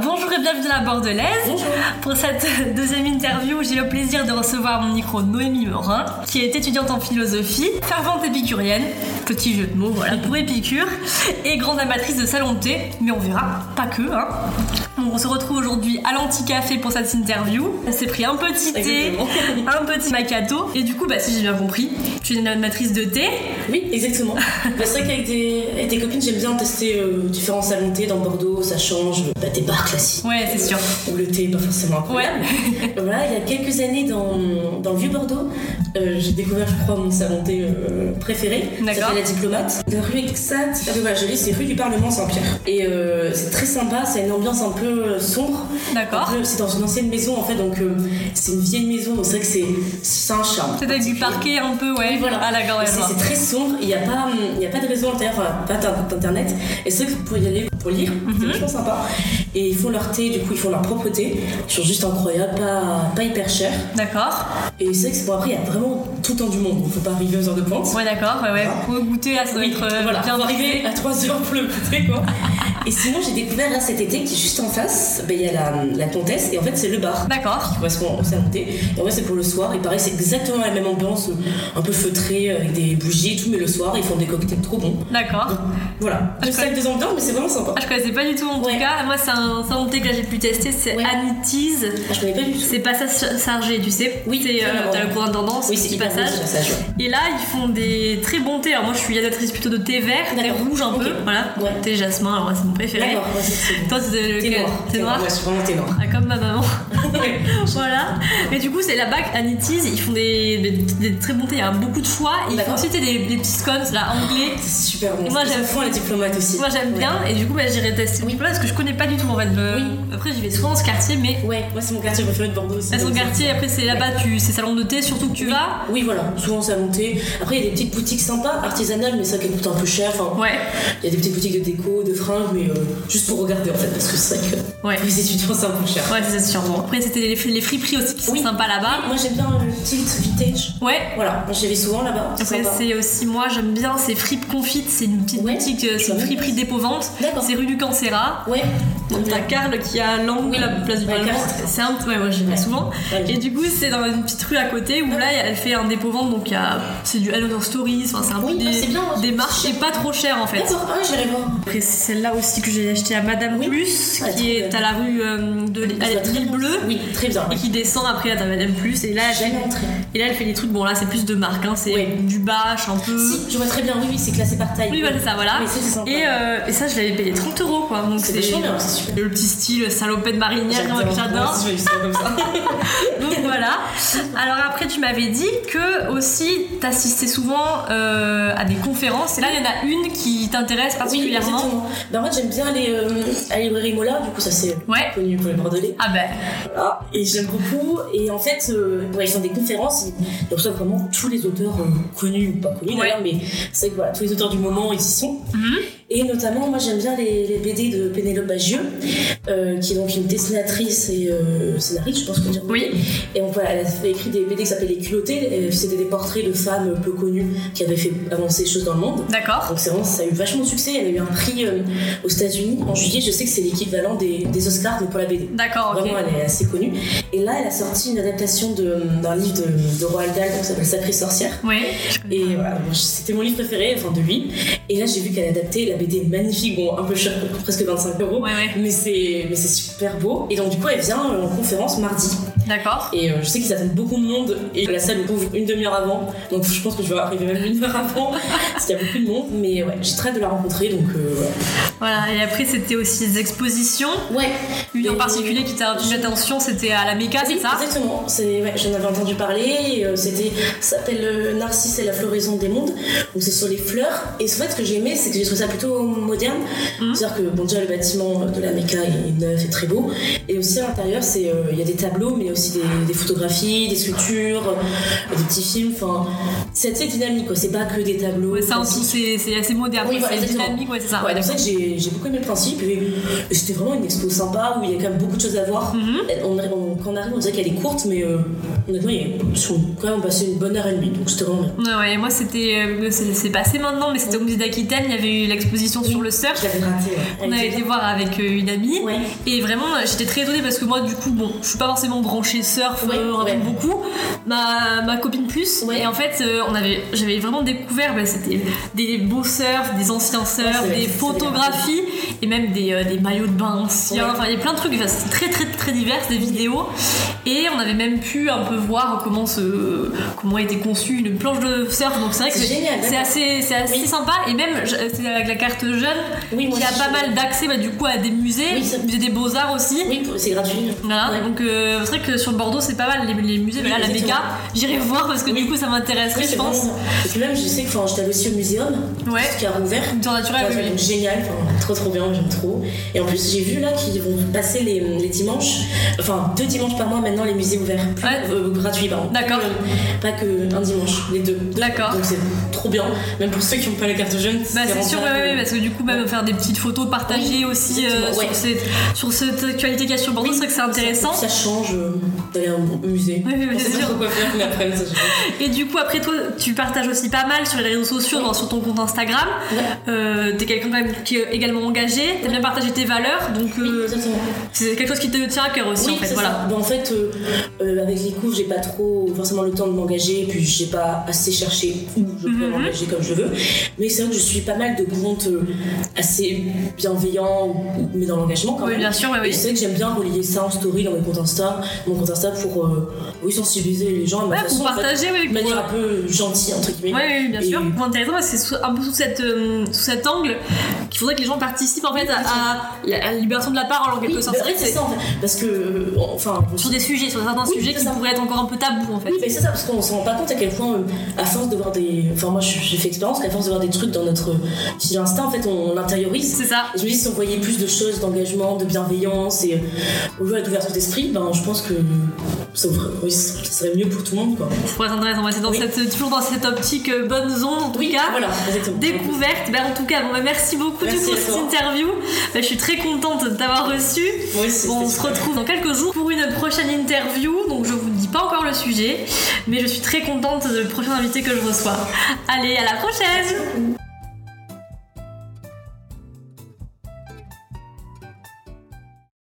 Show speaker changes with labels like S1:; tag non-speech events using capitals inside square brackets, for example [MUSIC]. S1: Bonjour et bienvenue dans la Bordelaise. Pour cette [LAUGHS] deuxième interview, j'ai le plaisir de recevoir à mon micro Noémie Morin, qui est étudiante en philosophie, fervente épicurienne, petit jeu de mots, voilà, pour Épicure, et grande amatrice de salon de thé, mais on verra, pas que, hein. On se retrouve aujourd'hui à l'Anticafé pour cette interview. Elle s'est pris un petit thé,
S2: Exactement.
S1: [LAUGHS] un petit macato, et du coup, bah, si j'ai bien compris, tu es une amatrice de thé,
S2: Oui,
S1: [LAUGHS]
S2: exactement. Bah, c'est vrai qu'avec des, avec des copines, j'aime bien tester euh, différents salons de thé dans Bordeaux, ça change. Bah, des bars classiques.
S1: Ouais, c'est sûr.
S2: Où le thé est pas forcément
S1: Ouais.
S2: incroyable. [LAUGHS] Voilà, il y a quelques années dans, dans le vieux Bordeaux, euh, j'ai découvert, je crois, mon salon de thé euh, préféré. Ça
S1: D'accord.
S2: s'appelle La Diplomate. La rue Exat, ah, voilà, je lis, c'est rue du Parlement Saint-Pierre. Et euh, c'est très sympa, c'est une ambiance un peu euh, sombre.
S1: D'accord.
S2: Un peu- C'est dans une ancienne maison en fait, donc euh, c'est une vieille maison, donc c'est vrai que c'est c'est un charme.
S1: peut-être avec du parquet un peu, ouais.
S2: Oui, voilà.
S1: Ah, d'accord, ouais, je
S2: C'est
S1: vois.
S2: c'est très sombre, il n'y a, pas, hum, il y a pas de réseau intérieur, euh, pas d'in- d'internet. Et c'est vrai que vous pouvez y aller pour lire, c'est
S1: Mhm.
S2: vachement sympa. Et ils font leur thé, du coup, ils font leur propre thé. Ils sont juste incroyables, pas, pas hyper chers.
S1: D'accord.
S2: Et c'est vrai que c'est bon, après, il y a vraiment tout le temps du monde, donc faut pas arriver aux heures de pointe.
S1: Ouais, d'accord, ouais, ouais.
S2: Voilà.
S1: Pour goûter, là, ça doit
S2: Oui,
S1: être euh,
S2: voilà,
S1: bien
S2: faut
S1: doré.
S2: arriver à 3 heures pour le goûter, quoi. et sinon, j'ai découvert là cet été que juste en face, ben, il y a la, la comtesse, et en fait, c'est le bar.
S1: D'accord.
S2: qui correspond au salon de thé. Et en vrai, c'est pour le soir. Et pareil, c'est exactement la même ambiance, euh, un peu feutrée, avec des bougies et tout. Mais le soir, ils font des cocktails trop bons.
S1: D'accord.
S2: Donc, Voilà.
S1: Ah,
S2: Deux
S1: je connais.
S2: salles, deux ambiances, mais c'est vraiment sympa.
S1: Ah, je connaissais pas du tout en tout
S2: Ouais.
S1: cas. Moi, c'est un salon de thé que j'ai pu tester, c'est
S2: Ouais.
S1: Anitise.
S2: Ah, je connais pas du tout.
S1: C'est passage sargé, tu sais.
S2: Oui,
S1: c'est
S2: vraiment.
S1: euh, t'as le courant de tendance,
S2: Oui,
S1: le
S2: c'est
S1: petit
S2: hyper
S1: passage.
S2: bon, ce passage, ouais.
S1: Et là, ils font des très bons thés. Alors, moi, je suis adaptatrice plutôt de thé vert, thé
S2: D'accord.
S1: rouge un peu.
S2: Ok.
S1: Voilà,
S2: Ouais.
S1: thé jasmin, alors moi, c'est mon préféré.
S2: D'accord, ouais, c'est- c'est bon.
S1: Toi, c'est
S2: T'es
S1: lequel
S2: noir.
S1: T'es noir
S2: Ouais, c'est vraiment t'es noir.
S1: Ah, comme ma
S2: [LAUGHS]
S1: maman. voilà. Et du coup, c'est là-bas qu'Anitise, ils font des, des- des très bons thés. Il y a beaucoup de choix. Ils font
S2: D'accord.
S1: aussi tu sais, des, des petits scones là, anglais.
S2: C'est super bon.
S1: Moi, j'aime-
S2: fond les diplomates aussi.
S1: Moi j'aime
S2: Ouais.
S1: bien et du coup bah, j'irai tester oui. parce que je connais pas du tout en fait. le-
S2: Oui.
S1: Après j'y vais souvent dans ce quartier mais
S2: Ouais, moi, c'est mon quartier préféré de Bordeaux aussi.
S1: à son
S2: donc, euh,
S1: quartier après Ah, c'est là-bas tu c'est salon de thé surtout que tu vas.
S2: Oui, voilà, souvent salon de thé. Après, il y a des petites boutiques sympas, artisanales, mais ça qui coûte un peu cher. Enfin,
S1: Ouais.
S2: Il y a des petites boutiques de déco, de fringues, mais euh, juste pour regarder en fait, parce que c'est vrai que
S1: Ouais.
S2: pour [LAUGHS] les étudiants, c'est un peu cher.
S1: Ouais c'est sûr. Bon après c'était les, fri- les friperies aussi qui sont
S2: Oui.
S1: sympas là-bas.
S2: Moi j'aime bien le tilt vintage.
S1: Ouais.
S2: Voilà, moi j'y vais souvent là-bas. c'est
S1: Après
S2: sympa.
S1: Ah, c'est aussi moi j'aime bien c'est fripes confites c'est une petite
S2: Ouais.
S1: boutique euh,
S2: Je
S1: c'est une
S2: connais.
S1: friperie dépôt-vente.
S2: D'accord.
S1: C'est rue du Cancéra.
S2: Ouais.
S1: Donc t'as Carl qui a l'angle
S2: Oui.
S1: la place du
S2: Ouais,
S1: Parlement.
S2: Carl, c'est ça.
S1: C'est un ouais moi j'y vais
S2: Ouais.
S1: souvent.
S2: Ouais.
S1: Et du coup c'est dans une petite rue à côté où là elle fait un dépôt vente donc il y a- c'est du Hello Stories, enfin, c'est un
S2: Oui,
S1: peu
S2: ah,
S1: des,
S2: c'est bien, hein,
S1: des
S2: c'est-
S1: marchés pas trop chers en fait.
S2: D'accord, ah ouais, j'irai voir.
S1: Après c'est celle-là aussi que j'ai acheté à Madame
S2: Oui.
S1: Plus
S2: Ah,
S1: qui
S2: trop
S1: est
S2: bien.
S1: à la rue euh, de l'île
S2: Je vois
S1: à l'île
S2: bien.
S1: bleue
S2: Oui, très bien.
S1: et qui descend après à Madame Plus et là elle fait,
S2: Jamais entré.
S1: et là elle fait des trucs bon là c'est plus de marque hein, c'est
S2: Oui.
S1: du bâche un peu.
S2: Si, je vois très bien, oui, oui, c'est classé par taille.
S1: Oui voilà c'est ça voilà.
S2: Oui, ça, c'est sympa.
S1: et, euh, et ça je l'avais payé 30 euros quoi donc
S2: C'est vachement bien, c'est super.
S1: le petit style salopette marinière moi, que j'adore.
S2: Ouais, c'est comme ça.
S1: Donc voilà. Alors après, tu m'avais dit que aussi t'assistais souvent euh, à des conférences. Et là, il y en a une qui t'intéresse [LAUGHS]
S2: Oui,
S1: particulièrement.
S2: exactement. Bah, moi j'aime bien aller euh, à la librairie Mola, du coup ça c'est
S1: ouais.
S2: connu pour les Bordelais.
S1: Ah ben,
S2: Voilà, et j'aime beaucoup. Et en fait, euh, ouais, ils font des conférences, ils, ils reçoivent vraiment tous les auteurs euh, connus ou pas connus
S1: Ouais.
S2: d'ailleurs, mais c'est vrai que voilà, tous les auteurs du moment, ils y sont.
S1: Mhm.
S2: Et notamment, moi j'aime bien les, les BD de Pénélope Bagieux, euh, qui est donc une dessinatrice et euh, scénariste, je pense qu'on dirait.
S1: Oui.
S2: Et donc voilà, elle a fait écrit des BD qui s'appelaient Les culottés, et c'était des portraits de femmes peu connues qui avaient fait avancer les choses dans le monde.
S1: d'accord.
S2: Donc c'est vraiment, ça a eu vachement de succès, elle a eu un prix euh, aux États-Unis en juillet, je sais que c'est l'équivalent des, des Oscars, mais pour la BD.
S1: D'accord, ok.
S2: Vraiment, elle est assez connue. Et là, elle a sorti une adaptation de- d'un livre de, de Roald Dahl qui s'appelle Sacrée Sorcière.
S1: Oui.
S2: Et voilà, moi, je- c'était mon livre préféré, enfin de lui. Et là, j'ai vu qu'elle adaptait la BD magnifique, bon, un peu cher, presque 25 euros.
S1: Ouais, ouais.
S2: Mais c'est mais c'est super beau. Et donc, du coup, elle vient euh, en conférence mardi.
S1: D'accord.
S2: Et euh, je sais qu'ils attendent beaucoup de monde. Et la salle ouvre une demi-heure avant. Donc, je pense que je vais arriver même une heure avant. [LAUGHS] parce qu'il y a beaucoup de monde. Mais ouais, j'ai très hâte de la rencontrer. Donc, euh,
S1: Voilà. Et après, c'était aussi des expositions.
S2: ouais.
S1: Une en
S2: Mais-
S1: particulier qui t'a attiré l'attention, c'était à la Méca,
S2: Oui,
S1: c'est ça
S2: Exactement, c'est, ouais, j'en avais entendu parler, et, euh, c'était, ça s'appelle euh, Narcisse et la floraison des mondes, donc c'est sur les fleurs, et en fait ce que j'ai aimé c'est que j'ai trouvé ça plutôt moderne,
S1: Hum.
S2: c'est-à-dire que bon déjà le bâtiment de la Mecca est neuf et très beau, et aussi à l'intérieur c'est, euh, il y a des tableaux, mais il y a aussi des, des photographies, des sculptures, euh, des petits films, enfin c'est assez dynamique quoi, c'est pas que des tableaux.
S1: Ouais, ça aussi,
S2: classiques.
S1: c'est c'est assez moderne.
S2: Oui, voilà,
S1: c'est
S2: exactement.
S1: dynamique, ouais, c'est ça.
S2: Ouais, donc c'est vrai que j'ai j'ai beaucoup aimé le principe et et c'était vraiment une expo sympa où il y a quand même beaucoup de choses à voir.
S1: Mhm.
S2: Elle- on, on- quand on arrive, on dirait qu'elle est courte, mais euh, honnêtement, il y a- ils sont quand même passé une bonne heure et demie, donc c'était vraiment bien.
S1: Ouais, ouais, moi c'était. euh, c'est c'est passé maintenant, mais c'était au musée d'Aquitaine, il y avait eu l'exposition sur le surf.
S2: Je l'avais raté. ouais.
S1: On
S2: Elle
S1: avait
S2: était
S1: été voir avec euh, une amie.
S2: Ouais.
S1: Et vraiment, euh, j'étais très étonnée parce que moi, du coup, bon, je suis pas forcément branchée surf,
S2: Ouais,
S1: euh,
S2: ouais.
S1: beaucoup. Ma, ma copine plus.
S2: Ouais.
S1: Et en fait, euh, on avait, j'avais vraiment découvert, bah, c'était des beaux surfs, des anciens surfs,
S2: c'est vrai,
S1: des
S2: c'est vrai.
S1: photographies et même des, euh, des maillots de bain anciens.
S2: Ouais.
S1: Enfin, il y a plein de trucs. Enfin, c'était très, très, très divers, des vidéos. Et on avait même pu un peu voir comment se, comment était conçue une planche de surf. Donc c'est vrai que
S2: C'est génial,
S1: c'est
S2: d'accord.
S1: assez, c'est assez
S2: Oui.
S1: sympa. Et même, je- c'est avec la carte jeune
S2: Oui, moi
S1: qui a
S2: aussi,
S1: pas
S2: je-
S1: mal d'accès bah, du coup à des musées,
S2: Oui, ça-
S1: musée des beaux arts aussi.
S2: Oui, pour- c'est gratuit.
S1: Voilà,
S2: Ouais.
S1: donc euh, c'est vrai que sur le Bordeaux c'est pas mal les, les musées,
S2: Oui,
S1: mais là la
S2: exactement.
S1: méga, j'irai voir parce que du coup ça m'intéresserait
S2: Oui,
S1: je
S2: c'est
S1: pense.
S2: vraiment- Et puis même, je sais que enfin, j'étais allée aussi au muséum,
S1: Ouais.
S2: qui a rouvert.
S1: Culture naturelle,
S2: Ouais,
S1: oui,
S2: donc
S1: oui.
S2: Génial, enfin, trop trop bien, j'aime trop. Et en plus, j'ai vu là qu'ils vont passer les, les dimanches, enfin deux dimanches par mois maintenant, les musées ouverts. Plus-
S1: Ouais.
S2: euh, gratuits, pardon.
S1: D'accord.
S2: Euh, Pas que un dimanche, les deux. Deux.
S1: D'accord.
S2: Donc c'est trop bien, même pour ceux qui n'ont pas la carte jeune.
S1: Bah, c'est sûr, ouais,
S2: rentable.
S1: ouais, ouais, parce que du coup, même
S2: Ouais.
S1: faire des petites photos, partager
S2: Oui,
S1: aussi
S2: exactement,
S1: euh,
S2: ouais.
S1: sur, cette, sur cette actualité qu'il y a sur Bordeaux, c'est vrai que c'est intéressant.
S2: Ça, ça change euh, d'aller au au musée.
S1: Oui, oui, oui,
S2: On sait
S1: c'est
S2: pas
S1: sûr.
S2: trop quoi faire, mais après, ça change.
S1: Et du coup, après toi, tu partages aussi pas mal sur les réseaux sociaux,
S2: Oui.
S1: dans- sur ton compte Instagram.
S2: Ouais.
S1: Euh, t'es quelqu'un quand même qui est également engagé, t'aimes bien partager tes valeurs, donc euh,
S2: Exactement.
S1: c'est quelque chose qui te tient à cœur aussi en fait.
S2: c'est
S1: Voilà.
S2: ça. Bon, en fait, euh, euh, avec les cours, j'ai pas trop forcément le temps de m'engager, puis j'ai pas assez cherché où je peux
S1: Mhm.
S2: m'engager comme je veux. Mais c'est vrai que je suis pas mal de comptes euh, assez bienveillants, ou- mais dans l'engagement quand
S1: Oui,
S2: même.
S1: bien sûr, oui,
S2: Et
S1: oui.
S2: c'est vrai que j'aime bien relier ça en story dans mes comptes Insta, mon compte Insta pour euh, oui, sensibiliser les gens à ma
S1: Ouais,
S2: façon,
S1: pour
S2: en fait,
S1: partager, oui.
S2: de manière
S1: pour-
S2: un peu gentille, entre
S1: Ouais,
S2: guillemets.
S1: ouais, ouais, bien
S2: Et-
S1: sûr. Pour intéressant parce que c'est sous- un peu sous, cette, euh, sous cet angle qu'il faudrait que les gens participent en fait à, à la, à la libération de la parole en quelque
S2: Oui,
S1: sorte.
S2: bah,
S1: C'est vrai que
S2: c'est
S1: c'est
S2: ça en fait. Parce que, euh, enfin,
S1: sur des sujets, sur certains
S2: Oui,
S1: sujets
S2: c'est
S1: qui
S2: ça.
S1: pourraient être encore un peu tabous en fait.
S2: Oui, mais c'est ça, parce qu'on se rend pas compte à quel point, euh, à force de voir des. Enfin, moi, je- j'ai fait expérience qu'à force de voir des trucs dans notre fil Insta, en fait, on l'intériorise.
S1: C'est ça.
S2: Et je me dis, si on voyait plus de choses d'engagement, de bienveillance et euh, ouais, d'ouverture d'esprit, ben, je pense que ça, ouvre- oui, ça serait mieux pour tout le monde, quoi.
S1: Ça pourrait être intéressant. Ouais, C'est dans
S2: Oui.
S1: cette, toujours dans cette optique euh, bonne zone en tout
S2: Oui,
S1: cas.
S2: voilà, exactement.
S1: Découverte, ben en tout cas, bon, ben, merci beaucoup
S2: Merci
S1: du coup
S2: à
S1: pour cette
S2: toi.
S1: interview. Ben, je suis très contente de t'avoir reçu.
S2: Oui, c'est-
S1: Bon, on
S2: c'est-
S1: se retrouve dans quelques jours pour une prochaine interview. Donc, je vous dis pas encore le sujet, mais je suis très contente de le prochain invité que je reçois. Allez, à la prochaine!